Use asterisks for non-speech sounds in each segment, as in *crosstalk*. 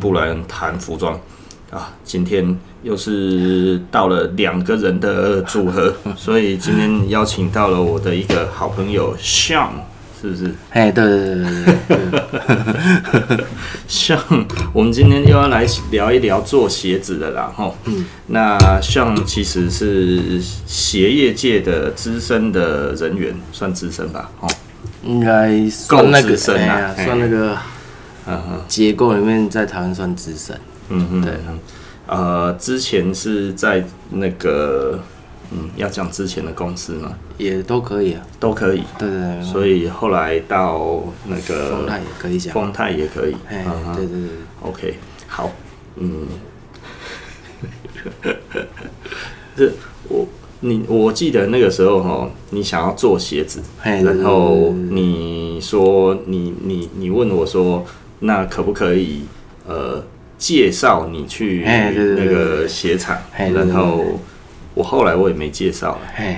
布莱恩谈服装啊，今天又是到了两个人的组合，所以今天邀请到了我的一个好朋友 Sean，是不是哎，对对对 *laughs* 对对对， ？Sean，我们今天又要来聊一聊做鞋子的啦，吼。那 Sean 其实是鞋业界的资深的人员，算资深吧，吼。应该算那够个资深啊哎呀算那个嗯哼。结构里面在台湾算资深。嗯哼，对嗯，呃，之前是在那个，嗯，要讲之前的公司嘛，也都可以啊，都可以，对对对，所以后来到那风个态也可以讲，丰泰也可以，哎嗯，哼对对对，对，OK，好，嗯， *laughs* 这我你我记得那个时候哈，你想要做鞋子，哎，对对对然后你说你你你问我说，那可不可以呃介绍你去哎对对那对个鞋厂？哎对对然后我后来我也没介绍了， *laughs* 哎，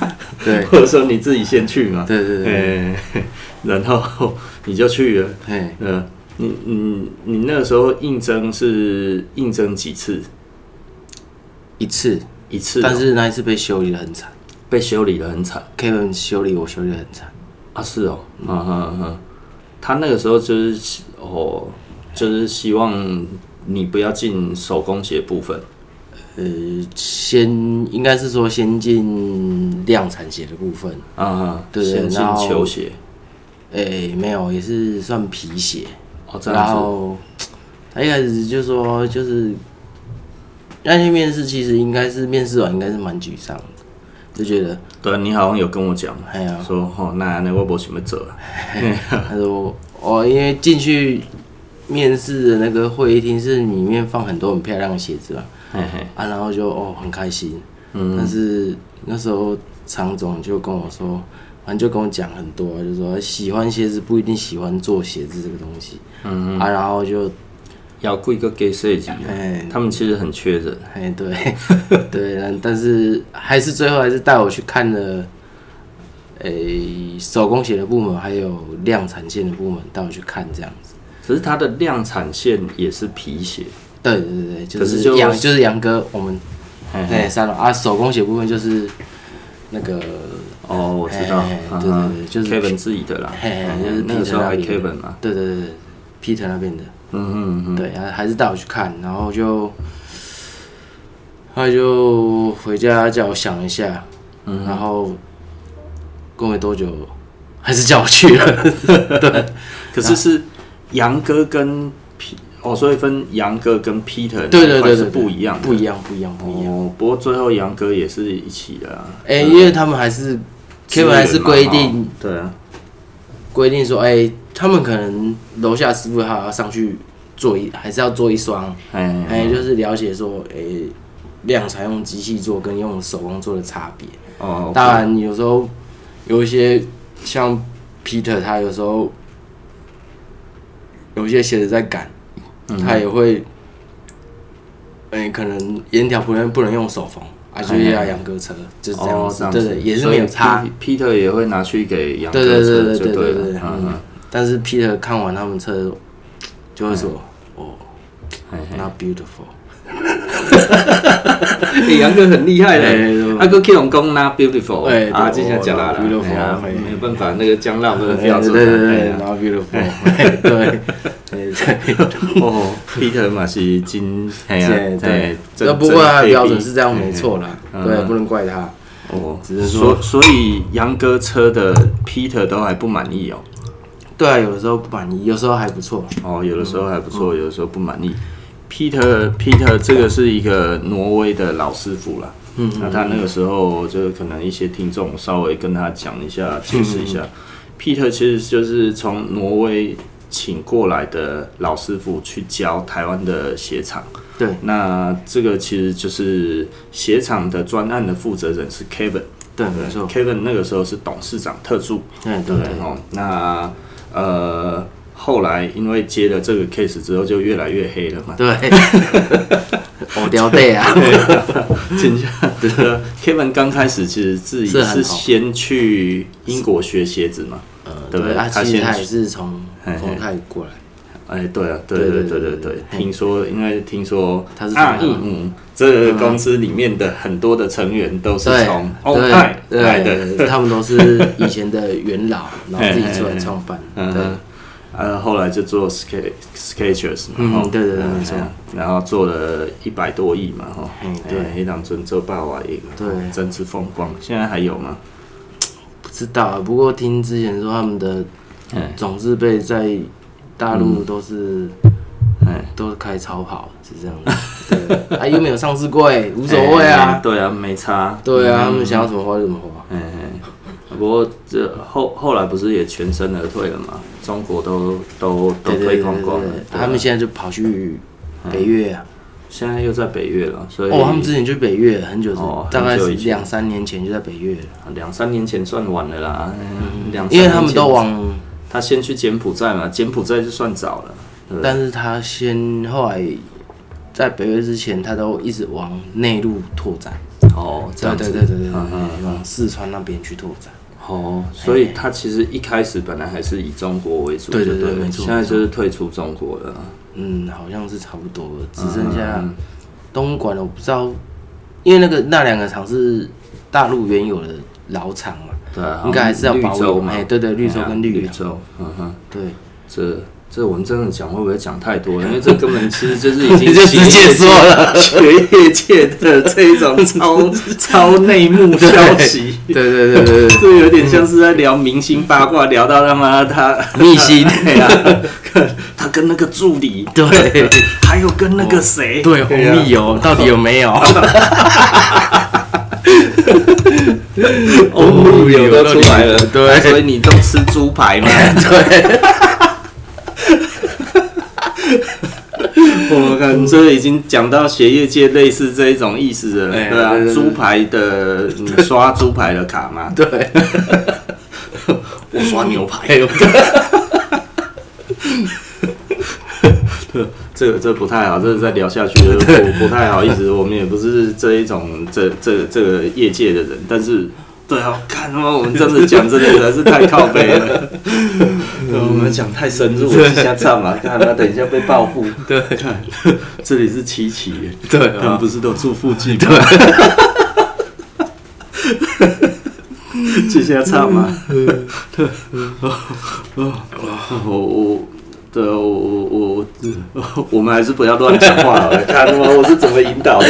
嗯对或者说你自己先去嘛？对对对对，哎， *laughs* 然后你就去了。哎，呃，你你你那时候应征是应征几次？一次，一次哦、但是那一次被修理的很惨被修理的很惨，Kevin 修理我修理的很惨，啊！是哦，嗯嗯嗯，他那个时候就是哦，就是希望你不要进手工鞋部分。呃，先应该是说先进量产鞋的部分，啊、嗯，对对先进然后球鞋哎，没有，也是算皮鞋，哦，这然样子，后他一开始就说，就是那天面试，其实应该是面试完应该是蛮沮丧的，就觉得对你好像有跟我讲，哎 *laughs* 呀，说哦，那那我不准备走了，他说哦，因为进去面试的那个会议厅是里面放很多很漂亮的鞋子嘛，嘿嘿，啊，然后就哦很开心，但是那时候常总就跟我说。反正就跟我讲很多，啊就说哎喜欢鞋子不一定喜欢做鞋子这个东西，嗯啊，然后就要贵个给设计，哎他们其实很缺人，哎，对， *laughs* 对，但但是还是最后还是带我去看了，诶、手工鞋的部门，还有量产线的部门，带我去看这样子。只是它的量产线也是皮鞋，对对对对，就可是是就杨就是杨哥，我们嘿嘿对三楼啊，手工鞋部分就是那个哦，我知道哎，嗯对对哼对就是 Kevin 自己的啦，嘿嘿嗯就是那个时 Peter 候那还边 Kevin 嘛，对对对对，Peter 那边的，嗯嗯嗯，对，还还是带我去看，然后就，他就回家叫我想一下，嗯然后过没多久，还是叫我去了。 *laughs* 可是是杨哥跟 P 哦，所以分杨哥跟 Peter 对对那块对是对，不一样的，不一样，不一样，不一样。哦，不过最后杨哥也是一起的啊，哎，因为他们还是资源 Kevin 嘛还是规定哦对啊，规定说，哎，他们可能楼下师傅还要上去做一，还是要做一双，哎哎，就是了解说，哎，量产用机器做跟用手工做的差别。哦，当然，有时候有一些像 Peter，他有时候有一些鞋子在赶，嗯他也会，哎、可能沿条不能不能用手缝，啊，就是要养鸽车，就是这样哦，子，这样对子对，也是没有差，所以 P-，Peter 也会拿去给杨对哥对对车对就对对对了对，，嗯嗯，。但是 Peter 看完他们车，就会说，哎哦嘿嘿，not beautiful，欸杨哥很厉害哎嘞，阿哥 K 龙公那 beautiful，哎啊，对这下讲啦啦，哦，beautiful，哎呀哎没有办法，那个姜辣真的非对常对重对对要。哎，not beautiful，对 *laughs* 对对。哦，Peter 嘛是金，哎呀对，哎对，那不过他的标准是这样，没。真真错啦，嗯对，不能怪他。配比哦，只是所说所以杨哥车的 Peter 都还不满意哦，对啊，有的时候不满意，有时候还不错。哦，有的时候还不错，有的时候不满意。Peter Peter 这个是一个挪威的老师傅啦，嗯，那他那个时候就是可能一些听众稍微跟他讲一下，解释一下、p e t e r 其实就是从挪威请过来的老师傅去教台湾的鞋厂。对，那这个其实就是鞋厂的专案的负责人是 Kevin，对，没错。 ，Kevin 那个时候是董事长特助，对对对不对对？哦，那呃，后来因为接了这个 case 之后，就越来越黑了 *laughs* 嘛。对， *laughs* 我掉队啊。真的对啊，Kevin 刚开始其实自己是很是好先去英国学鞋子嘛，呃对不对啊， *laughs* 他其实先他也是从嘿嘿从泰国过来。哎，对啊，对对对对对，听说因为听说他是从啊哪嗯嗯，这个公司里面的很多的成员都是对从哦欧派对来的，对，他们都是以前的元老，然后自己出来创办。嗯对，呃，后来就做 Sketch Sketchers，嗯然后对对对嗯没错哎呀然后做了一百多亿嘛，哈，嗯哎对黑党尊周霸王一个，对哦真是风光，现在还有吗？不知道啊，不过听之前说他们的哎嗯总是被在大陆都是哎，都是开超跑，是这样的。对，啊，又没有上市 *laughs* 过，哎无所谓哎啊。对啊，没差，对啊，他们想要怎么花就怎么花。哎，哎不过这后后来不是也全身而退了嘛？中国都都都对对推对光对光了对，，对啊他们现在就跑去北越啊。现在又在北越了，所以哦，他们之前去北越很久之哦，大概很久是以前两三年前就在北越了，两三年前算晚了啦，哎两三嗯因为他们年前都往，他先去柬埔寨嘛，柬埔寨就算早了，对不对但是他先后来在北越之前，他都一直往内陆拓展，哦，这对样对子，对对对对，嗯嗯对往四川那边去拓展。哦，所以他其实一开始本来还是以中国为主，哎对就对对对了没错现在就是退出中国了，嗯，好像是差不多了，只剩下东莞了。我不知道，因为那个那两个厂是大陆原有的老厂嘛，对啊，应该还是要保绿洲有。嘛，哎，对对，绿洲哎呀跟绿绿岛，洲，嗯哼，对，这这我们真的讲会不会讲太 *laughs* 多了？因为这根本其实就是已经你 *laughs* 就直接说了学业界的这一种超超内幕消息。对对 *laughs* 对对对，这有点像是在聊明星八卦，聊到他妈 *laughs* 他逆心对啊， *laughs* 他跟那个助理，对还有跟那个谁，对，红啊利油到底有没有？哦，有都出来了，对啊所以你都吃猪排吗？ *laughs* 对， *laughs* 我看这已经讲到学业界类似这一种意思了，哎对啊对对，对猪排的你刷猪排的卡吗？对，我刷牛排，哎呦，这个这不太好，这个再聊下 *laughs* 去不不太好意思，我们也不是这一种这这这个业界的人，但是。 *laughs* 对啊，看他妈我们这样子讲，真的实在是太靠背 *laughs* 了。啊我们讲太深入了，下站嘛，看他等一下被报复。 *laughs* 对看，这里是七期，对他们啊不，是都住附近吗？ *laughs* 去下唱嘛。 *laughs* 对，哦，我我。对，我我嗯 *laughs* 我，我们还是不要乱讲话好了。看他妈，我是怎么引导的？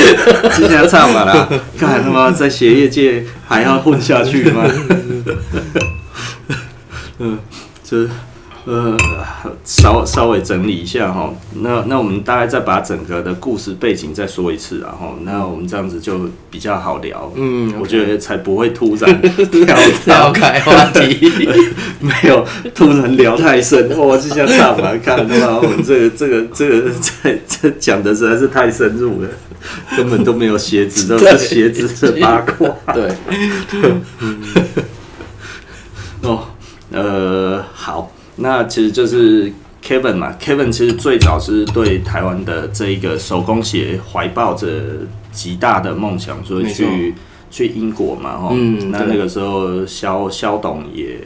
今天唱嘛啦，看他妈在学业界还要混下去吗？ *laughs* 嗯，这呃，稍稍微整理一下哈。那那我们大概再把整个的故事背景再说一次啊哈。那我们这样子就比较好聊。嗯我觉得才不会突 *laughs* 然跳要到开话题， *laughs* 没有突然聊太深， *laughs* 我就想干嘛看他妈我们这个这个这个这这讲的实在是太深入了， *laughs* 根本都没有鞋 *laughs* 子，都是鞋子的八卦。对，哦，呃，好，那其实就是 Kevin 嘛，Kevin 其实最早是对台湾的这一个手工鞋怀抱着极大的梦想，所以没错去去英国嘛，哦，嗯那对那个时候肖肖董也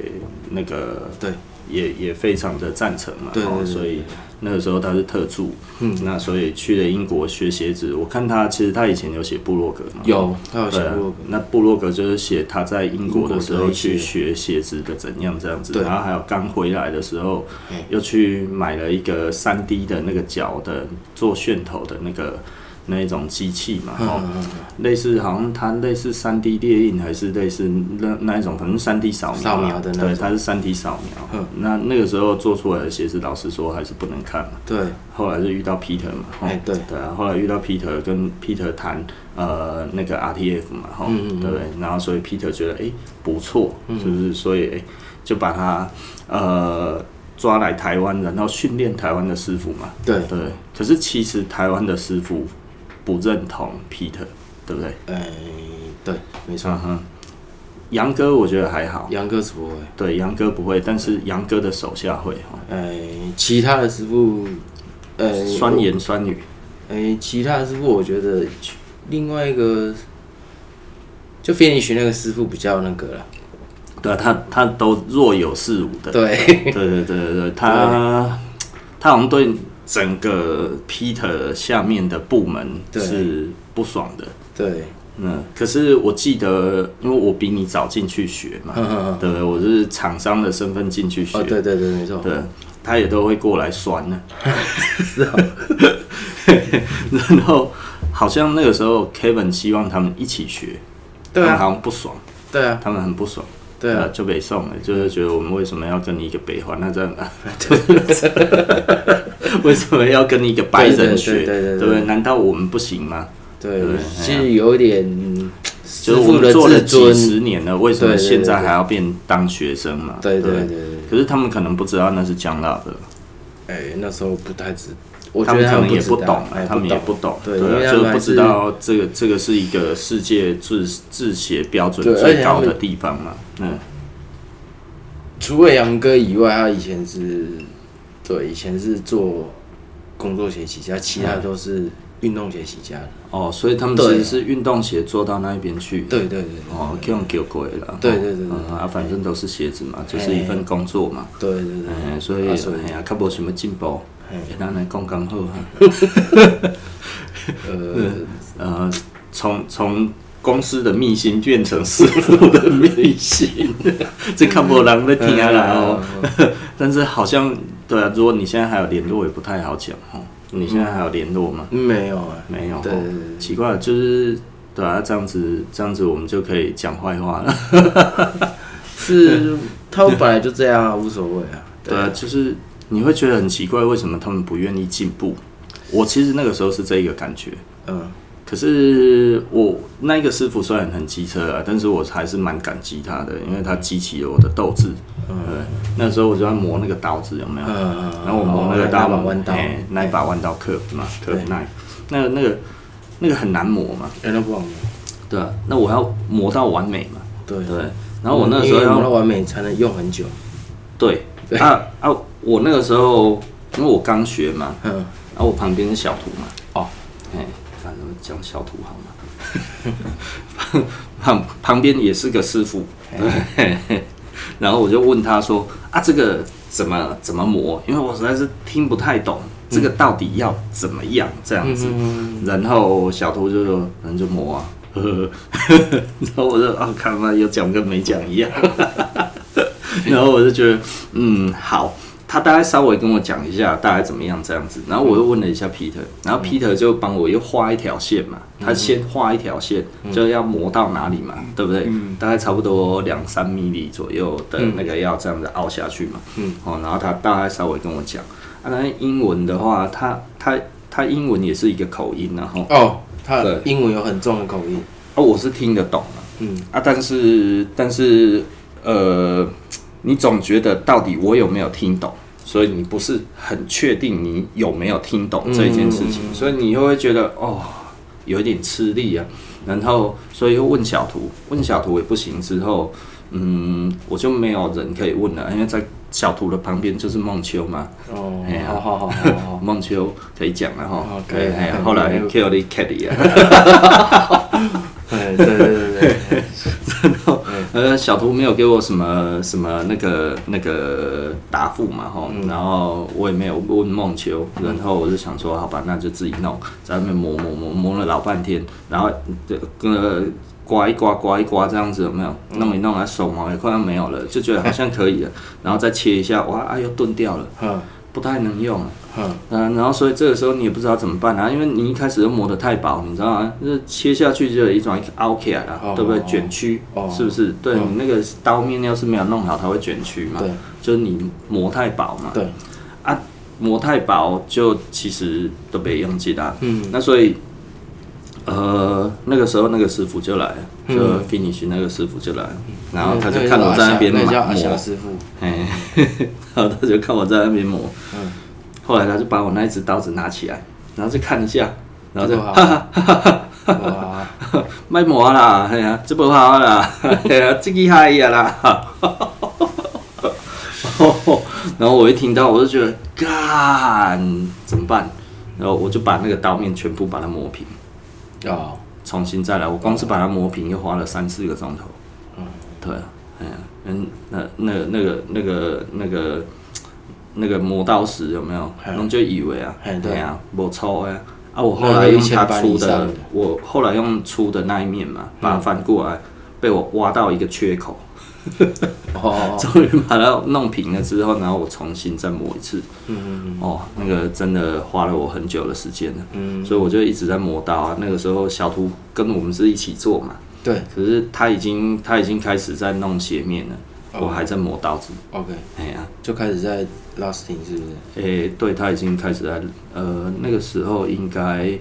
那个对，也也非常的赞成嘛，对哦对对所以那个时候他是特助，嗯，那所以去了英国学鞋子，我看他其实他以前有写部落格嘛，有，他有写对啊过，，那部落格就是写他在英国的时英候国的一些去学鞋子的怎样这样子，对然后还有刚回来的时候嗯又去买了一个三 D 的那个脚的做楦头的那个那一种机器嘛，哦，嗯，类似好像它类似三 D 列印还是类似那那一种，可能三 D 扫描扫吧描的那对，种嗯它是三 D 扫描。那那个时候做出来的鞋子，老实说还是不能看嘛。对，后来就遇到 Peter 嘛，吼哎对对啊，后来遇到 Peter 跟 Peter 谈呃那个 RTF 嘛，哈，嗯对不对？然后所以 Peter 觉得哎、不错，是不嗯是？所以哎、就把他呃抓来台湾，然后训练台湾的师傅嘛，对，对。可是其实台湾的师傅不认同 Peter，对不对？哎，对，没错，嗯哼，杨哥我觉得还好，杨哥是不会，对，杨哥不会，但是杨哥的手下会哦哈，哎，其他的师傅，呃，酸言酸语，哎，其他的师傅我觉得另外一个就飞你学那个师傅比较那个啦，对啊他他都若有似无的，对，对对对对对，他他好像对整个 Peter 下面的部门对是不爽的。对，嗯，可是我记得，因为我比你早进去学嘛，嗯嗯嗯，对不对？我是厂商的身份进去学，哦，对对对，没错，对，他也都会过来酸呢、 *laughs* 是啊， *laughs* 然后好像那个时候 Kevin 希望他们一起学，对他们啊，好像不爽，对啊，他们很不爽，对呃啊，就北宋了，就是觉得我们为什么要跟你一个北环，那这样， *laughs* 为什么要跟你一个白人学，对对对对对不对？难道我们不行吗？对对，啊其实有点嗯就失是我负们做了自几尊，十年了，为什么对对对现在还要变当学生嘛？对对对对对，可是他们可能不知道那是江大的，哎，那时候不太知，我他觉们得可能们也不知道懂哎，，他们也不懂，对因为啊就他们是还不是知道这个这个是一个世界制制鞋标准对而最且他高们的地方嘛。嗯，除了杨哥以外，他以前是，对，以前是做工作鞋起家，其他的都是运动鞋起家的。哦，所以他们其对实是运动鞋做到那边去，对对对哦，可以用给鬼了，对对对对嗯啊，反正都是鞋子嘛，就是一份工作嘛，对对对对，嗯，所以啊所以哎呀，较无什么进步，嘿那来讲刚好啊。呃，呃，从从公司的秘辛变成师傅的秘辛， *laughs* 这看不人在听嗯啊啦哦。但是好像对啊，如果你现在还有联络，也不太好讲哦。你现在还有联络吗？没有啊，没有哦。对对对对奇怪，就是对啊，这样子这样子，我们就可以讲坏话了。是他们本来就这样啊，无所谓啊。对啊，就是你会觉得很奇怪，为什么他们不愿意进步？我其实那个时候是这一个感觉。嗯，可是我那一个师傅虽然很机车啊，但是我还是蛮感激他的，因为他激起了我的斗志。嗯，那时候我就在磨那个刀子，有没有？嗯嗯嗯然后我磨那个刀，哦那把弯刀哎那一把弯刀 curve 嘛，curve knife，那个那个那个很难磨嘛，哎，那不好，对啊，那我要磨到完美嘛，对对不对。然后我那时候因为嗯磨要到完美才能用很久。对啊啊，我那个时候因为我刚学嘛，嗯，啊，我旁边是小图嘛，哦，哎，反正讲小土好吗？ *laughs* 旁旁边也是个师傅，对然后我就问他说：“啊，这个怎么怎么磨？因为我实在是听不太懂，这个到底要怎么样这样子？”然后小图就说：“反正就磨啊。” *laughs* 呵呵呵然后我就啊，看嘛，有讲跟没讲一样。然后我就觉得，嗯，好。他大概稍微跟我讲一下大概怎么样这样子，然后我又问了一下 Peter，然后 Peter 就帮我又画一条线嘛，他先画一条线，就要磨到哪里嘛，对不对？大概差不多两三米里左右的那个要这样子凹下去嘛，嗯，哦，然后他大概稍微跟我讲，啊，那英文的话，他他他英文也是一个口音啊然后哦，他对英文有很重的口音。哦，我是听得懂啊，嗯，啊，但是但是呃，你总觉得到底我有没有听懂，所以你不是很确定你有没有听懂嗯这件事情，所以你又会觉得哦，有一点吃力啊。然后所以又问小图，问小图也不行，之后嗯，我就没有人可以问了，因为在小图的旁边就是梦秋嘛，哦哎，呀好好好好好。梦秋可以讲了哈哦，可以哎呀可以后来 k i l l y Kelly 啊。哎，对对对对，呃，小图没有给我什么什么那个那个答复嘛，吼，然后我也没有问梦球，然后我就想说，好吧，那就自己弄，在外面磨磨磨磨了老半天，然后这呃刮一刮刮一刮这样子有没有？弄一弄啊，手毛也快要没有了，就觉得好像可以了，然后再切一下，哇，啊又钝掉了，嗯不太能用了。嗯，嗯，然后所以这个时候你也不知道怎么办啊，因为你一开始就磨得太薄，你知道吗？就是切下去就有一种凹起来了，哦对不对？哦卷曲，哦是不是？对、嗯你那个刀面要是没有弄好，它会卷曲嘛。对，就是你磨太薄嘛。对，啊，磨太薄就其实都没用劲啦。嗯，那所以，呃，那个时候那个师傅就来了，就 finish 那个师傅就来了，然后他就看我在那边嗯那个叫磨阿霞师傅，哎， *laughs* 然后他就看我在那边磨，嗯后来他就把我那一只刀子拿起来，然后就看一下，然后就这不哈好哈哈哈哈，哇， *laughs* 卖磨啦，哎呀、这不好 *laughs* 啦，哎呀、这个嗨呀啦， *laughs* 然后我一听到我就觉得干怎么办？然后我就把那个刀面全部把它磨平，哦，重新再来。我光是把它磨平又花了三四个钟头。嗯，对啊，哎呀，嗯，那那那个那个那个那个磨刀石有没有？嗯你就以为啊嘿，对对啊，我抽哎，啊，我那后个来用1000它版粗以上的的，嗯我后来用粗的那一面嘛，把它翻过来，被我挖到一个缺口，哦， *laughs* 终于把它弄平了之后，然后我重新再磨一次。嗯哦，那个真的花了我很久的时间了，嗯，所以我就一直在磨刀啊。那个时候小图跟我们是一起做嘛，对可是他已经他已经开始在弄斜面了，哦我还在磨刀子。 ，OK，哎呀、就开始在 lasting 是不是？诶、对他已经开始在呃那个时候应该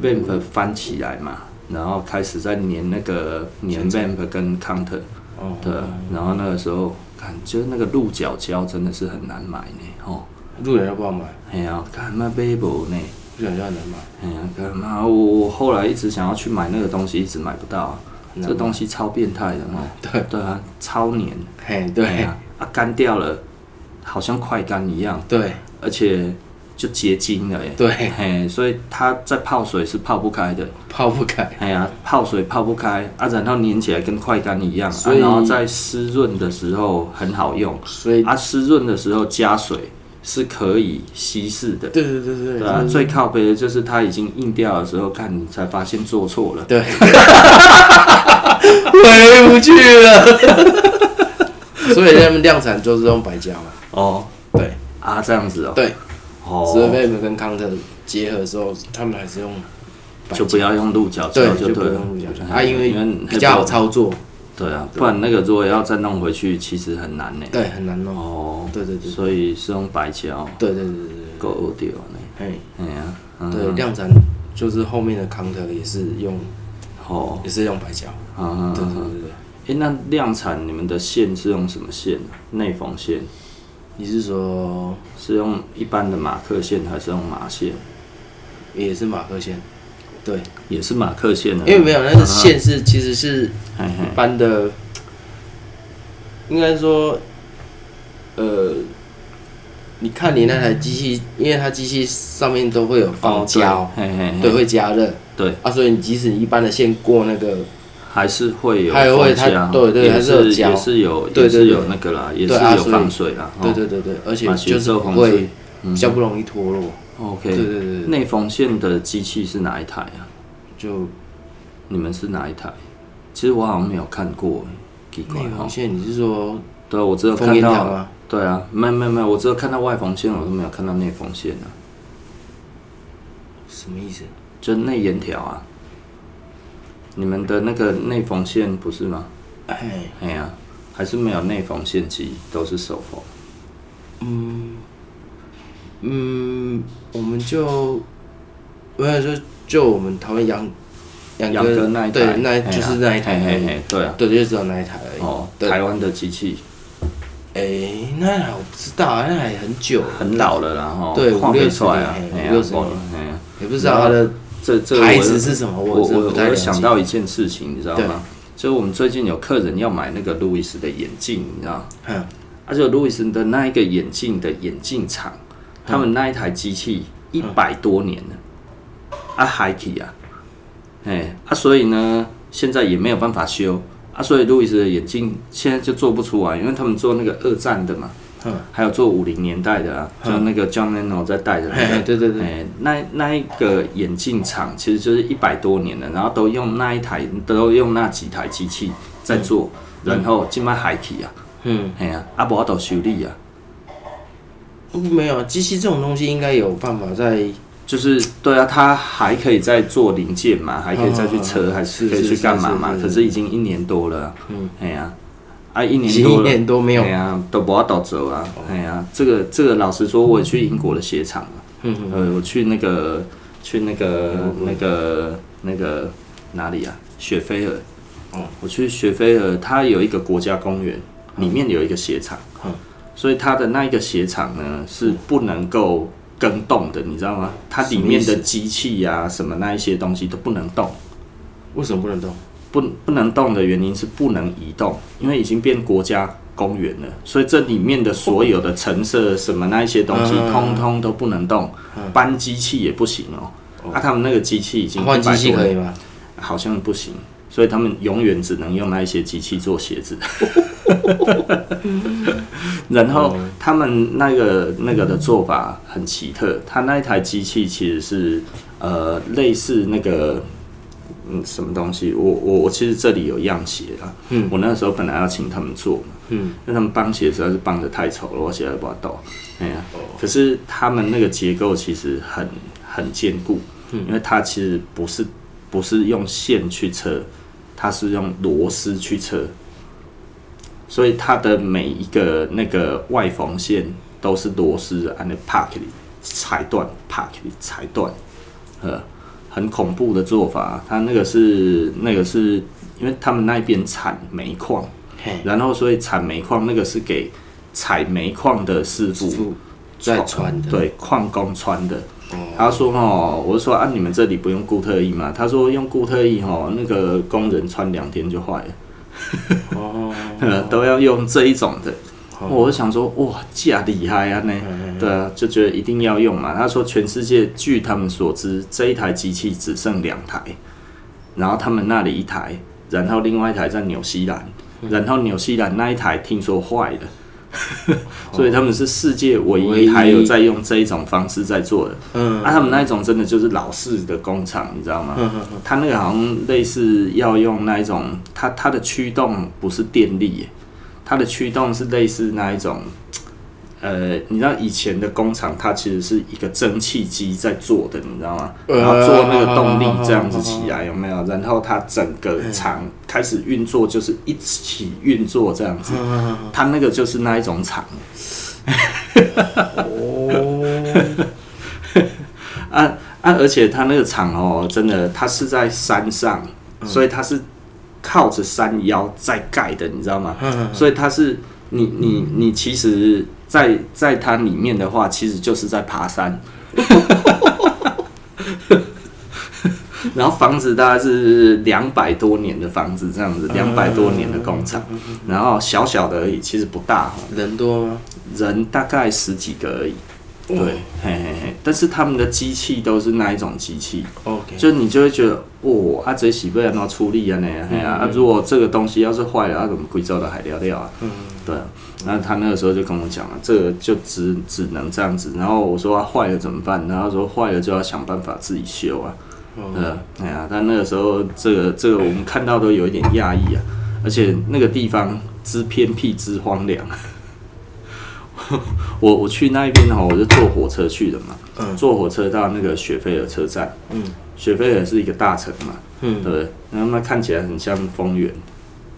vamp 翻起来嘛，然后开始在粘那个粘 vamp 跟 counter 哦，对，然后那个时候看就是那个鹿角胶真的是很难买呢哦，路人要不好买，哎呀、看嘛 b a b e 呢。路人要难买，哎呀，干嘛？我我后来一直想要去买那个东西，一直买不到、啊。嗯这东西超变态的哦。 *laughs* 对对啊，超黏。嘿，对啊，啊干掉了，好像快干一样，对而且就结晶了耶。对，嘿，所以它在泡水是泡不开的。泡不开，哎呀，泡水泡不开啊，然后粘起来跟快干一样，啊所、以然后在湿润的时候很好用，所以啊，湿润的时候加水是可以稀释的。对嗯对对对对啊，最靠北的就是它已经硬掉的时候，看你才发现做错了。对，回不去了。所以他们量产就是用白胶嘛，哦，对啊，这样子哦，对，所以哦， Vim 跟康特结合之后，他们还是用白就不要用鹿角对胶，就就不对了用乳胶。嗯啊，因为比较好。黑操作，布对啊，不然那个如果要再弄回去，其实很难呢。对，很难弄。哦，对对对所以是用白胶对对对对对够欧丢呢。对，哎，哎呀，对，嗯，量产就是后面的康特也是用哦，也是用白胶，嗯嗯对对嗯。对对。哎，那量产你们的线是用什么线啊？内缝线你是说是用一般的马克线还是用麻线？也是马克线？对，也是马克线的吗，因为没有那个嗯线是其实是嘿嘿一般的，应该说，呃，你看你那台机器，因为它机器上面都会有放胶，哦对嘿嘿嘿对，会加热对，啊，所以你即使你一般的线过那个，还是会有还有会它放胶啊对对也还是有是胶也是有对也对是对有那个啦，也是对啊有所以放水啦，对哦对对对，而且把就旋是奏控会制比较不容易脱落， ，OK，对对对对，内缝线的机器是哪一台啊？就你们是哪一台？其实我好像没有看过，奇怪内哦红。线，你是说对，啊我只有封看烟堂到，吗？对啊，没有没有没有，我只有看到外缝线，我都没有看到内缝线啊，什么意思？就内沿条啊。你们的那个内缝线不是吗？哎，哎呀、还是没有内缝线机，都是手缝。嗯，嗯，我们就没有就就我们讨论杨杨杨哥那一台，对，那嘿啊就是那一台而嘿嘿已，嘿，对啊，对，就只有那一台而已。哦，对，台湾的机器哎，那一台我不知道，那一台很久了，很老了啦，哈，对画五六不十出来啊年，嘿哎呀五六十忘年了哎呀，也不知道它的这这牌我子哦是什么，我真的我不太我了想解。到一件事情，你知道对吗？就是我们最近有客人要买那个路易斯的眼镜，你知道吗，嗯，而且路易斯的那一个眼镜的眼镜厂，嗯他们那一台机器一百多年了，啊，还提啊，哎啊，所以呢，现在也没有办法修啊，所以路易斯的眼镜现在就做不出来，因为他们做那个二战的嘛，嗯还有做五零年代的啊，就那个 John Leno 在戴的那嘿个嘿，对对对哎、那那一个眼镜厂其实就是一百多年了，然后都用那一台，都用那几台机器在做，然后今麦海体啊，嗯，嘿啊，啊无都修理啊，没有机器这种东西应该有办法在就是对啊，它还可以再做零件嘛，还可以再去车，嗯还是是可以去干嘛嘛是是是。是可是已经一年多了啊，嗯哎呀，啊一已年经一多了，年都没有哦哎。呀，都不要倒走啊，哎呀，这个这个老实说，我也去英国的鞋厂啊，嗯呃，我去那个去那个那个那个哪里啊？雪菲尔。哦我去雪菲尔，它有一个国家公园，里面有一个鞋厂，嗯所以它的那一个鞋厂呢是不能够跟动的，你知道吗？它里面什的么意机器呀、什么那一些东西都不能动。为什么不能动？不不能动的原因是不能移动，因为已经变国家公园了，所以这里面的所有的橙色什么那一些东西，嗯通通都不能动，搬机器也不行哦。啊，他们那个机器已经换机器100多可年以吗？ *laughs* 好像不行，所以他们永远只能用那一些机器做鞋子。嗯然后他们那个那个的做法很奇特，他那一台机器其实是呃类似那个嗯什么东西，我我我其实这里有样写啊，嗯，我那时候本来要请他们做嘛，嗯，那他们帮写实在是帮的太丑了，我写的不好抖，哎呀、可是他们那个结构其实很很坚固，因为它其实不是不是用线去测，它是用螺丝去测，所以它的每一个那个外缝线都是螺丝按那 park 里裁断，park 里裁断，呃，很恐怖的做法。啊它那个是那个是因为他们那边产煤矿，嘿，然后所以产煤矿那个是给采煤矿的师傅傅在穿的，对，矿工穿的。哦，他说哦，我就说啊，你们这里不用固特异吗？他说用固特异哦，那个工人穿两天就坏了，哦， *laughs* 呃都要用这一种的。我就想说哇，价厉害啊呢，对啊，就觉得一定要用嘛。他说全世界据他们所知，这一台机器只剩两台，然后他们那里一台，然后另外一台在纽西兰，然后纽西兰那一台听说坏了。 *laughs* 所以他们是世界唯唯一一还有在用这一种方式在做的，嗯，啊，他们那一种真的就是老式的工厂，你知道吗？它那个好像类似要用那一种，它它的驱动不是电力耶，它的驱动是类似那一种，呃，你知道以前的工厂它其实是一个蒸汽机在做的，你知道吗？呃然后做那个动力这样子起来，有没有？然后它整个厂开始运作，就是一起运作这样子，它那个就是那一种厂。 *laughs* 哦，啊啊！而且它那个厂哦，真的，它是在山上，所以它是靠着山腰在盖的，你知道吗？嗯所以它是你你你其实在在它里面的话，其实就是在爬山。 *laughs* 然后房子大概是两百多年的房子，这样子，两百多年的工厂，然后小小的而已，其实不大哦，人多吗？人大概十几个而已。对，嘿嘿嘿，但是他们的机器都是那一种机器， ，OK，就你就会觉得，哦，啊，这洗不要拿出力啊那样，嘿啊，啊，如果这个东西要是坏了，啊，怎么贵州的还聊聊啊？嗯，对啊。那他那个时候就跟我讲了，这个就只只能这样子。然后我说啊坏、了怎么办？然后他说坏了就要想办法自己修啊。嗯，哎呀，但那个时候这个这个我们看到都有一点讶异啊，而且那个地方之偏僻之荒凉。 *laughs* 我我去那一边哦，我就坐火车去的嘛，坐火车到那个雪菲尔车站，嗯，雪菲尔是一个大城嘛，嗯，对不对？然后那看起来很像丰原，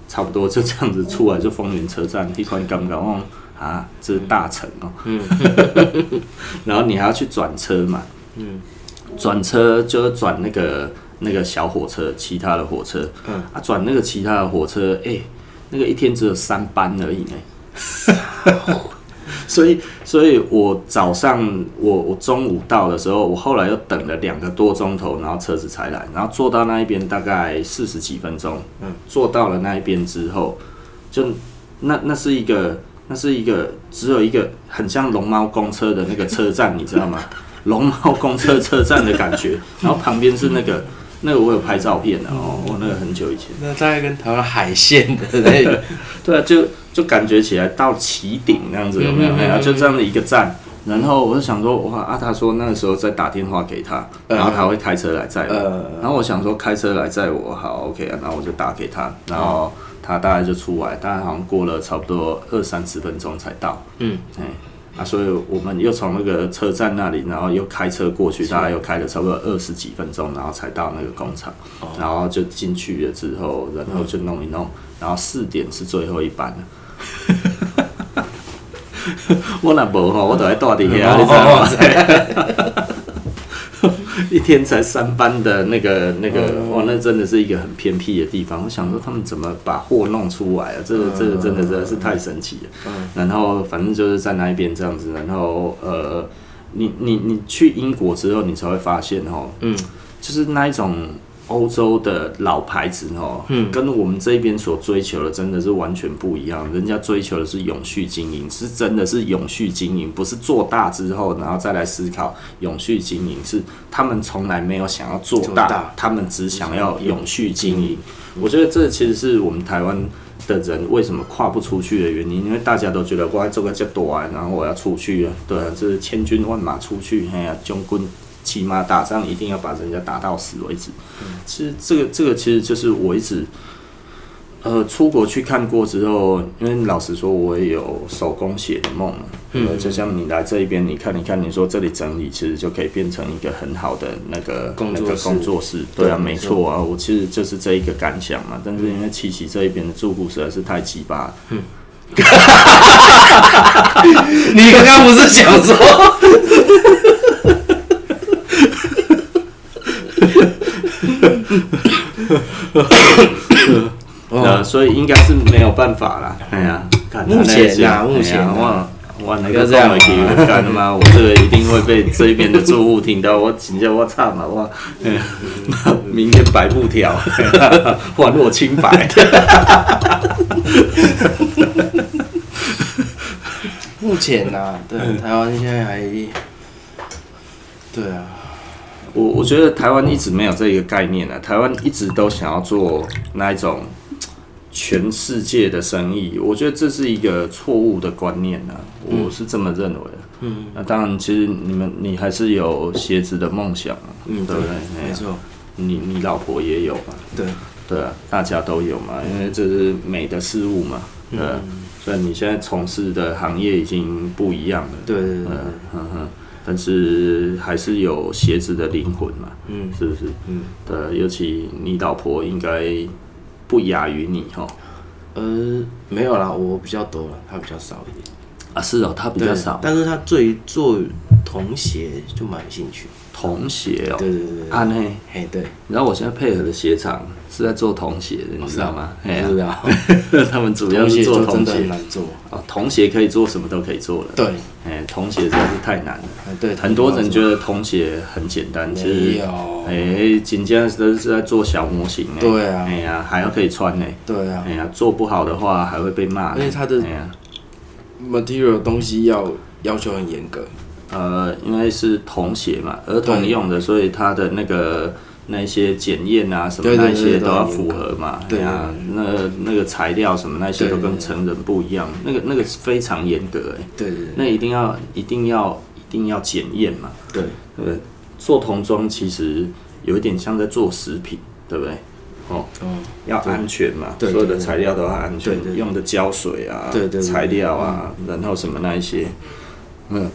差不多就这样子出来就丰原车站，一团刚刚哦啊，这是大城哦，嗯， *laughs* 然后你还要去转车嘛，嗯转车就是转那个那个小火车，其他的火车，嗯，啊，转那个其他的火车，哎、那个一天只有三班而 *laughs* 已呢。 *laughs* 所以，所以我早上我我中午到的时候，我后来又等了两个多钟头，然后车子才来，然后坐到那一边大概四十几分钟，嗯，坐到了那一边之后，就那那是一个那是一个只有一个很像龙猫公车的那个车站，你知道吗？龙猫公车车站的感觉，然后旁边是那个那个我有拍照片的哦，我那个很久以前，那大概跟台湾海鲜的那 *laughs* 个，对啊，就就感觉起来到起顶那样子，有没有？嗯嗯嗯哎呀，就这样的一个站。然后我就想说，哇，啊，他说那个时候再打电话给他，嗯然后他会开车来载我。呃，然后我想说开车来载我，好，OK 啊，然后我就打给他，然后嗯他大概就出来，大概好像过了差不多二三十分钟才到。嗯，哎、啊，所以我们又从那个车站那里，然后又开车过去，大概又开了差不多二十几分钟，然后才到那个工厂，然后就进去了之后，然后就弄一弄，然后四点是最后一班了。我若无吼，我都在住伫遐，你知道吗？ *laughs* 一天才三班的那个那个，哇，那真的是一个很偏僻的地方。我想说他们怎么把货弄出来啊？这个这个真的真的是太神奇了。然后反正就是在那一边这样子，然后呃，你你你去英国之后，你才会发现哦，嗯，就是那一种欧洲的老牌子哦，嗯跟我们这边所追求的真的是完全不一样。人家追求的是永续经营，是真的是永续经营，不是做大之后然后再来思考永续经营，是他们从来没有想要做做大，大嗯他们只想要永续经营。我觉得这其实是我们台湾。的人为什么跨不出去的原因，因为大家都觉得我要做个这短，然后我要出去啊，对啊，这是千军万马出去，哎呀、将军骑马打仗一定要把人家打到死为止。嗯其实这个这个其实就是我一直，呃，出国去看过之后，因为老实说，我也有手工写的梦嘛。嗯呃就像你来这一边，你看，你看，你说这里整理，其实就可以变成一个很好的那个工作那个室工作室。对啊，对没没错错啊，我其实就是这一个感想嘛。但是因为七喜这一边的住户实在是太鸡巴了，你刚刚不是想 *laughs* 说？呃，所以应该是没有办法啦。哎呀，看目前啊，啊目前啊哇哇，那不要个这样嘛给我干的吗？我这个一定会被这边的住户听到，我请教我操嘛，我哎呀 *laughs* 明天白布 *laughs* 条，还我清白。目前啊，对，台湾现在还，对啊， *laughs* 我我觉得台湾一直没有这一个概念啊，台湾一直都想要做那一种全世界的生意，我觉得这是一个错误的观念啊，我是这么认为的。嗯，那当然，其实你们你还是有鞋子的梦想啊，嗯，对对不对？哎呀没错，你你老婆也有嘛，对，对啊，大家都有嘛，因为这是美的事物嘛，对啊、所以你现在从事的行业已经不一样了，对对对对嗯，哼哼，但是还是有鞋子的灵魂嘛，嗯是不是？嗯，对，啊尤其你老婆应该不亚于你哦哈。呃，没有啦，我比较多了，他比较少一点，啊，是哦，她比较对少但是他对于做童鞋就蛮有兴趣，童鞋哦。对对对对，啊呢，嘿，对，你知道我现在配合的鞋厂是在做童鞋的，你知道吗？哎呀不知，道，他们 *laughs* 主要童是 *laughs* 鞋做就童真的很鞋。难做，哦，童鞋可以做什么都可以做了。对，哎，童鞋实在是太难了。哎对，很多人觉得童鞋很简单，其没实有，哎，紧接着是在做小模型。哎对啊哎呀，还要可以穿呢。对啊哎，呀，做不好的话还会被骂呢。而且它的哎呀， material 东西要要求很严格，呃，因为是童鞋嘛，儿童用的，所以它的那个那些检验啊什么对对那对些对都要符合嘛。对哎呀，那那个材料什么那些对都对跟对成人不一样，那个那个是非常严格哎，对对那一定要一定要一定要检验嘛。对，对不对？做童装其实有一点像在做食品，对不对？哦，嗯，要安全嘛，对对所有的材料都要安全，对对对用的胶水啊，对嗯对对材料啊，然后什么那一些，嗯，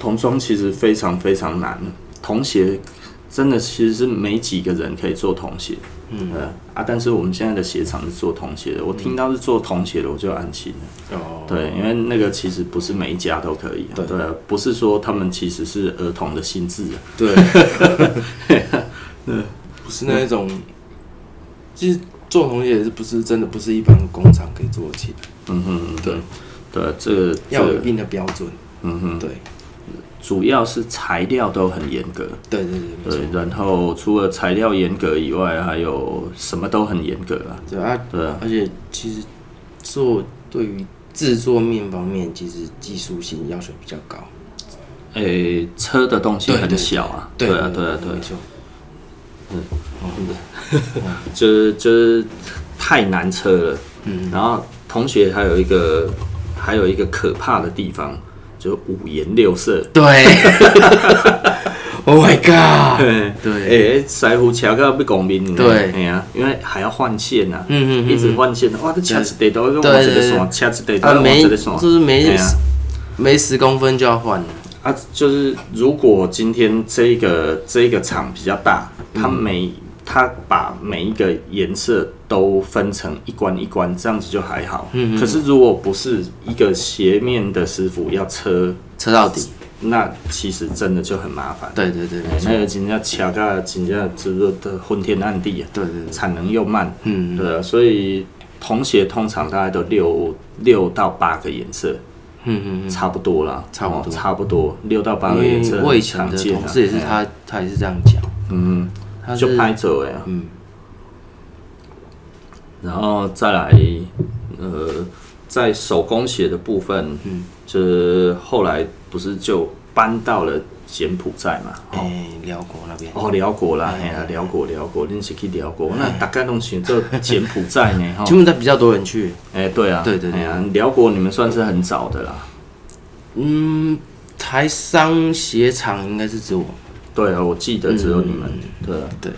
童装其实非常非常难，童鞋真的其实是没几个人可以做童鞋，嗯啊，但是我们现在的鞋厂是做童鞋的，我听到是做童鞋的，我就安心了。嗯哦，对，因为那个其实不是每一家都可以、啊，对对啊，不是说他们其实是儿童的心智、啊，对， *laughs* 不是那一种，其实做童鞋也是不是真的不是一般工厂可以做得起来，嗯哼，对，对啊，这个这要有一个，定的标准，嗯哼，对，主要是材料都很严格，对对对，没错对，然后除了材料严格以外，还有什么都很严格啊，对啊，对啊，而且其实做对于制作面方面，其实技术性要求比较高，诶、车的东西对对很对小啊，对啊，对啊，对啊没，错，就是就是太难车了。嗯，然后同学还有一个还有一个可怕的地方，就是五颜六色。对，Oh my *laughs* god，对对哎、欸，师傅车到要讲面呢，对哎呀，因为还要换线呐、啊，嗯嗯嗯一直换线，哇，这车一地都要对换一对个对线，车一地都啊要换没，一个线，就是没哎呀没十公分就要换了，啊，就是如果今天这个这个厂比较大，嗯它每它把每一个颜色都分成一关一关，这样子就还好。嗯可是如果不是一个斜面的师傅要车，车到底，那其实真的就很麻烦。对对对，没错，那个真正卡到真正就是的昏天暗地啊，对对对，产能又慢，嗯，对啊，所以童鞋通常大概都六六到八个颜色，嗯嗯嗯。差不多啦，差不哦多差不多六到八个颜因为色，我以前很的常见啊同事也是，哎他，他也是这样讲，嗯，他他就是拍走哎、嗯，然后再来，呃，在手工鞋的部分，嗯，就是后来不是就搬到了柬埔寨嘛？哎、辽国那边，哦，辽国嗯啦，哎呀，辽国，辽国，恁是去辽国，那大概拢选择柬埔寨呢，哈 *laughs* 柬，埔寨比较多人去。哎，对啊，对对对哎呀，辽国你们算是很早的啦，嗯，台商鞋厂应该是只有我，对啊，我记得只有你们，对啊，嗯对，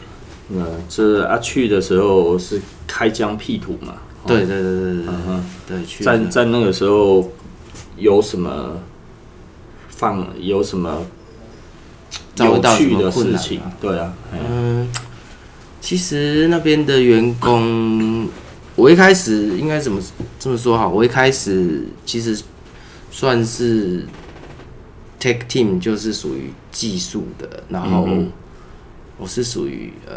那这啊去的时候是开疆辟土嘛，对对对对对对嗯对，去在的在那个时候有什么放有什么遭有遇到什趣么的困事难情啊？？对啊，哎嗯，其实那边的员工，我一开始应该怎么这么说好？我一开始其实算是 tech team，就是属于技术的，然后嗯哼我是属于呃，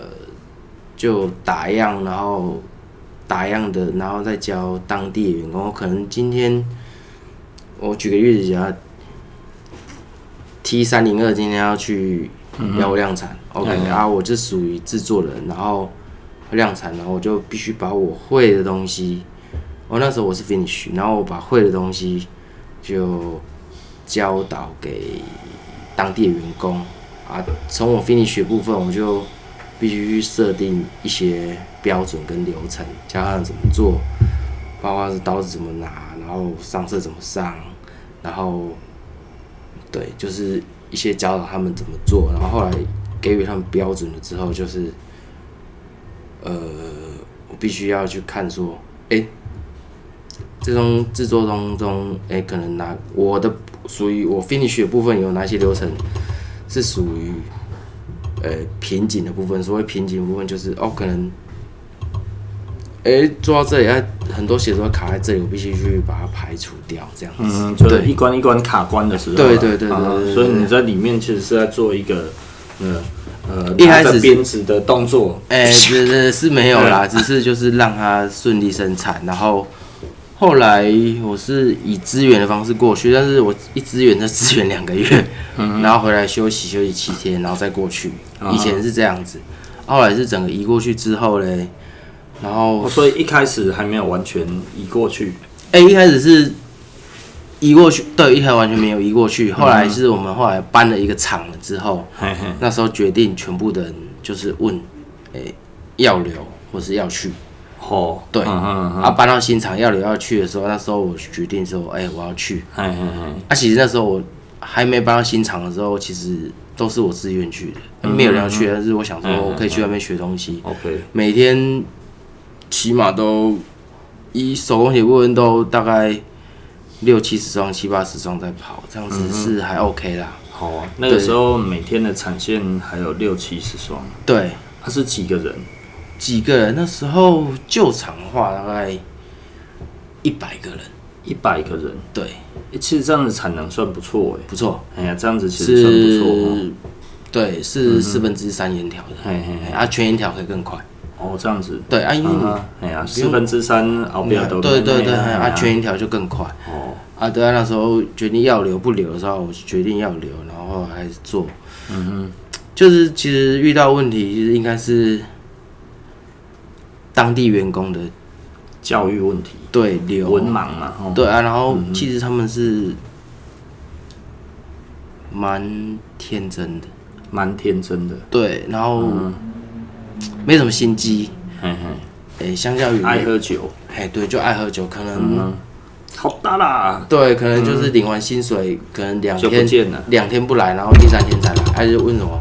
就打样，然后打样的，然后再教当地的员工。可能今天我举个例子讲，T 三零二今天要去要量产、o k 然后我就属于制作人，然后量产，然后我就必须把我会的东西，我那时候我是 finish，然后我把会的东西就教导给当地的员工啊，从我 finish 的部分，我就必须去设定一些标准跟流程，教他们怎么做，包括是刀子怎么拿，然后上色怎么上，然后对，就是一些教导他们怎么做，然后后来给予他们标准了之后，就是呃，我必须要去看说，哎、这种制作当中，哎、可能哪我的属于我 finish 的部分有哪些流程是属于呃瓶颈的部分？所谓瓶颈的部分就是哦，可能哎、做到这里，哎，很多写作卡在这里，我必须去把它排除掉，这样子。嗯，就是对一关一关卡关的时候啦，对对对对啊对对所以你在里面其实是在做一个呃呃一开始拿着编织的动作，哎、对对是没有啦，只是就是让它顺利生产，然后后来我是以支援的方式过去，但是我一支援再支援两个月，然后回来休息休息七天，然后再过去。以前是这样子，后来是整个移过去之后嘞，然后哦所以一开始还没有完全移过去，哎、一开始是移过去，对，一开始完全没有移过去，后来是我们后来搬了一个厂了之后，嘿嘿，那时候决定全部的人就是问，哎、要留或是要去。哦，对嗯嗯嗯，啊，搬到新厂要留要去的时候，那时候我决定说，哎、我要去。嘿嘿嘿，啊，其实那时候我还没搬到新厂的时候，其实都是我自愿去的，没有人要去，但是我想说，我可以去外面学东西， OK，每天起码都以手工写部分都大概六七十双、七八十双在跑，这样子是还 OK 啦。好啊，那个时候每天的产线还有六七十双，对，它是几个人？几个人那时候旧厂的话大概一百个人，一百个人，对，欸其实这样的产能算不错不错。哎、哎呀，这样子其实算不错嗯哦、是，对，是四分之三圆条的，嘿嘿嘿，啊，全圆条可以更快。哦，这样子，对啊，因为嗯你哼，哎呀，四分之三熬不你了都对对对，哎呀啊，全圆条就更快。哦，啊，对啊，那时候决定要留不留的时候，我决定要留，然后还是做。嗯哼，就是其实遇到问题，其实应该是当地员工的教育问题，对留文盲嘛，哦，对啊，然后其实他们是蛮天真的，蛮天真的，对，然后嗯没什么心机。嘿嘿，诶、相较于爱喝酒，哎，对，就爱喝酒，可能、嗯，好大啦，对，可能就是领完薪水，可能两就不天见了，两天不来，然后第三天才来，哎他就问什么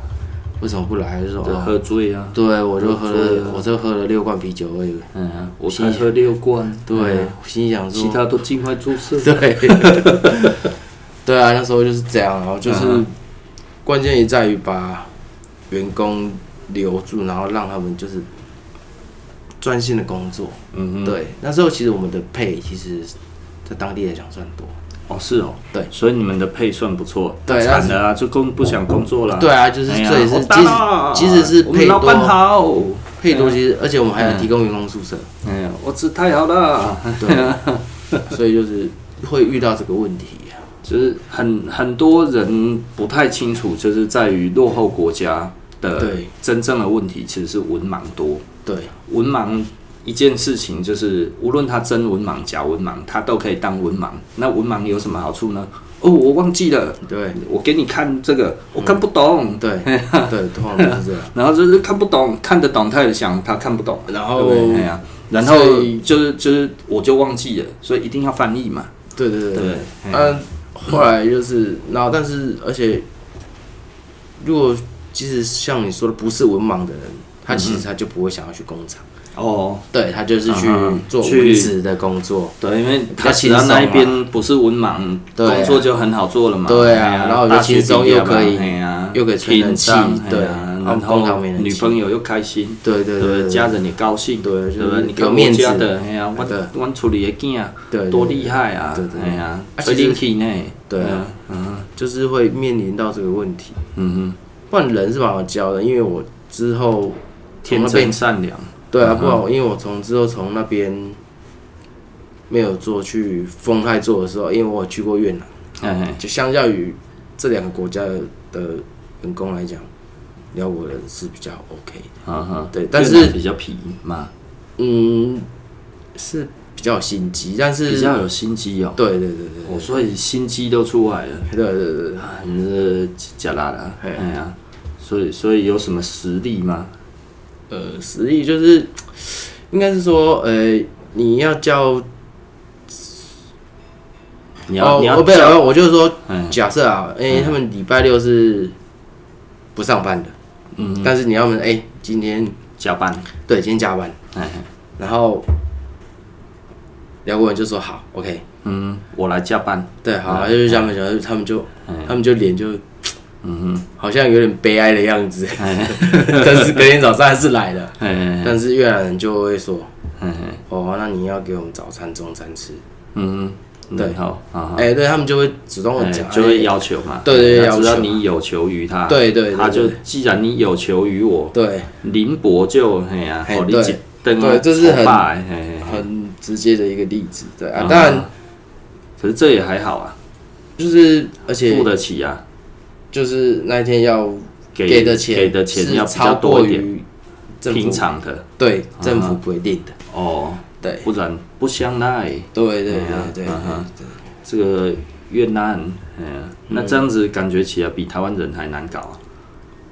为什么不来，就说这哦，喝醉啊，对我就喝喝醉了，我就喝了六罐啤酒而已。嗯啊，我才喝六罐，对，哎呀，我心想其说，他都境外注射，对， *laughs* 对啊，那时候就是这样，然后就是、嗯关键也在于把员工留住，然后让他们就是专心的工作。嗯哼，对，那时候其实我们的配其实，在当地来讲算多。哦，是哦，对所以你们的配算不错，对惨了啊，就工不想工作了，对啊，就是哎呀这也是好大啦即使即使是我们配老板多嗯好，啊配多，其实而且我们还有提供员工宿舍，哎呀，我吃太好了，对啊，嗯所以就是会遇到这个问题啊。就是很很多人不太清楚，就是在于落后国家的对真正的问题其实是文盲多。对文盲一件事情就是，无论他真文盲假文盲，他都可以当文盲。那文盲有什么好处呢？哦，我忘记了，对我给你看这个，我看不懂。 *laughs* 对对，通常都是这样。然后就是看不懂，看得懂他也想，他看不懂。然对后不对？哎呀、然后哦所以就是就是我就忘记了，所以一定要翻译嘛。对对对对对，哎嗯、后来就是，然后但是而且，如果即使像你说的不是文盲的人，他其嗯实他就不会想要去工厂，哦，对他就是去嗯哼做去文职的工作，对，因为较他其轻他松那一嘛边不是文盲，对啊工作就很好做了嘛。对啊哎呀然后又大学轻松毕业又可嘛以哎呀又可以吹冷平气气，对哎呀然然后工后厂没冷女气朋友又开心，对对对不对对，家人也高兴，对就是对不对，你有看面我家子的，哎呀，我对我厝里的囝啊对多厉害啊对对，哎呀，啊吹其实冷气呢，对哎啊呀，嗯就是会面临到这个问题。嗯不然人是蛮好教的，因为我之后哼，从天那边真善良，对啊，不然我因为我从之后从那边没有做去丰泰做的时候，因为我有去过越南，哎哎，就相较于这两个国家的员工来讲，辽国人是比较 OK 的。嗯哼，对但越是南比较皮嘛，嗯，是比较有心机，但是比较有心机哦，对对对对我所以心机都出来了。对对对对，啊你是假拉的，嘿哎呀，所以所以有什么实力吗？呃，实力就是应该是说，呃，你要教你要、哦，你要哦不教，要，我就是说嗯假设啊，哎、他们礼拜六是不上班的，嗯，但是你要们哎、今天加班，对今天加班，哎，然后辽国人就说好，OK，嗯，我来加班，对，好，他就是这样讲，他们就嗯他们就脸就嗯哼，嗯好像有点悲哀的样子， *laughs* 但是隔天早上还是来了，哎但是越南人就会说，哎，哦，那你要给我们早餐、中餐吃，嗯哼，对然后啊，哎、对他们就会主动哎的讲，就会哎要求嘛，对对对他知要道求你有求于他，对对对他就对既然你有求于我，对，林伯就哎呀，嘿好你对几灯啊对这是很哎，嘿嘿很直接的一个例子，对啊，嗯当然可是这也还好啊，就是而且付得起啊，就是那一天要给给的钱给的钱是要比较超多过一点，于政平啊府常的对政府规定的，哦。对不然不相耐。对对对哎呀对对嗯哼对这个越南，哎呀，嗯那这样子感觉起来比台湾人还难搞啊。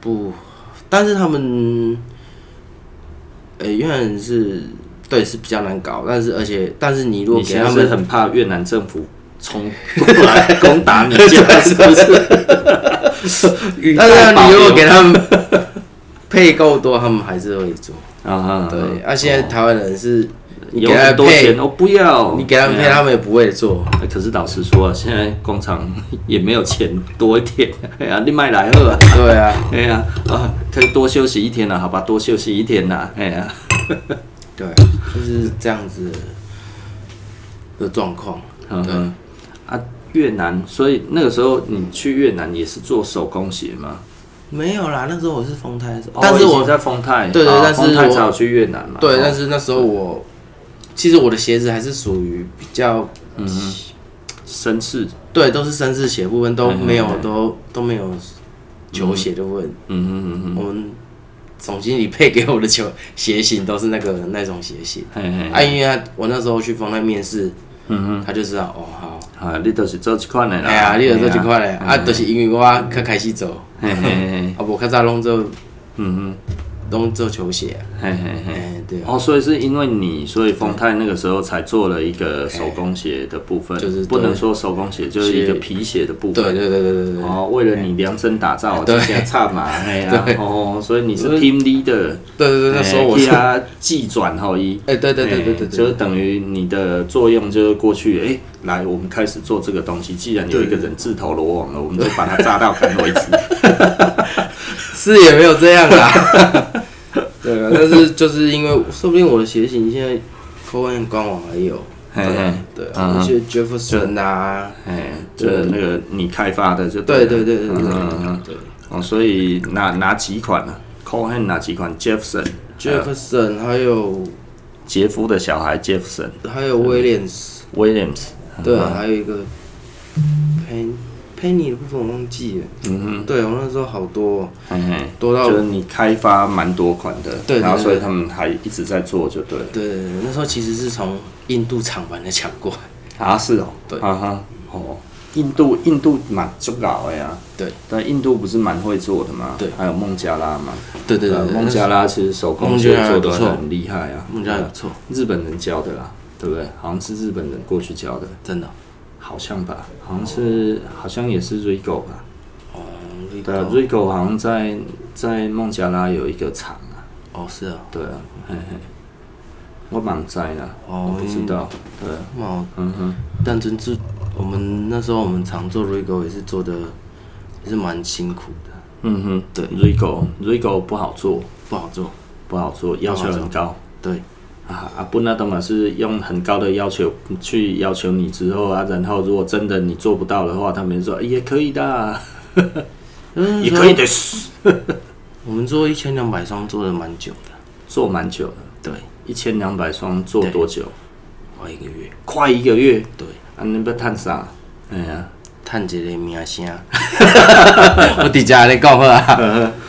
不，但是他们，呃，越南人是对是比较难搞，但是而且但是你如果你给现在他是们很怕越南政府冲过来攻打你 *laughs* 家，是不是？但是啊你如果给他们 *laughs* 配够多，他们还是会做。啊哈，对，啊，现在台湾人是你有给他很们多钱，配，我不要。你给他们哎配，呀哎他们也不会做。可是老实说啊，现在工厂 *laughs* 也没有钱多一点，哎呀，你卖来喝啊。对啊，哎呀，啊，可以多休息一天了、好吧，多休息一天啦、哎呀，对，嗯就是这样子的状况。嗯对。哼，啊，越南，所以那个时候你去越南也是做手工鞋吗？没有啦，那时候我是丰台的时哦候，但是以前我在丰泰，对对哦但是丰泰我才有去越南嘛。对，哦但是那时候我其实我的鞋子还是属于比较，绅士，对，都是绅士鞋部分都嗯嗯没有嗯，都都没有球鞋的部分。嗯嗯嗯我们总经理配给我的球鞋型都是那个那种鞋型。嗯，嘿嘿，啊，因为他我那时候去丰泰面试，嗯他就知道哦，好，嗯，啊，你都是做这款的啦。哎呀，你有这嘿几啊，块嘞，啊，都是因为我较开始做，嘿嘿嘿，啊，无较早拢做嗯拢做球鞋啊，嗯，嘿嘿嘿。哎，对啊，哦，所以是因为你，所以丰泰那个时候才做了一个手工鞋的部分，就是不能说手工鞋，就是一个皮鞋的部对分。对对对对对，哦，为了你量身打造，对这些差嘛，哎 *laughs* 呀，哦，所以你是 team leader，对对对，那时候我替是，哎，他寄转后一。对对对对对哎对就。是等于你的作用就是过去，哎、来，我们开始做这个东西。既然有一个人自投罗网了，我们就把他炸到干为止。是也没有这样啦。对啊，但是就是因为说不定我的鞋型现在 Cohen 官网还有，嘿 *laughs* 对啊嘿对啊，嗯一些 Jefferson 啊，哎，就是那个你开发的就对了对对对对对嗯嗯对哦，所以哪哪几款呢、c o h e n 哪几款？Jefferson， ，Jefferson 还有杰夫的小孩 Jefferson 还有 Williams， Williams，对啊，还有一个 Pen Penny 的部分我忘记了，嗯对我那时候好多、哦，哼，嘿嘿，多到就是你开发蛮多款的，对对然后所以对他们还一直在做，就对了。对对对，那时候其实是从印度厂玩的抢过来，啊，是哦，对啊哈，哦，印度印度蛮足搞的呀，对，但印度不是蛮会做的吗？对还有孟加拉嘛，对对对啊对，孟加拉其实手工孟其实加拉做不的错很厉害啊，孟加拉对不啊错，日本人教的啦，对不对？好像是日本人过去教的，真的哦，好像吧，好像是好像也是 Rigo 吧，哦，对啊，Rigo 好像在在孟加拉有一个厂啊，哦是啊，对啊，嘿嘿，我蛮在的，哦我不知道，对啊，哦，嗯哼，但真是我们那时候我们常做 Rigo 也是做的也是蛮辛苦的，嗯哼，对，Rigo Rigo 不好做。不好做，不好做，要求很高对啊啊！不那懂嘛，是用很高的要求去要求你之后啊，然后如果真的你做不到的话，他们说、哎也可以的 *laughs* 啊，嗯，也可以的，嘶我们做一千两百双做的蛮久的，做蛮久的，对，一千两百双做多久？哦花一个月，快一个月对，啊！你不探啥？哎呀、 *laughs* *laughs* 趁一个名声，我伫遮咧讲好啊， *laughs*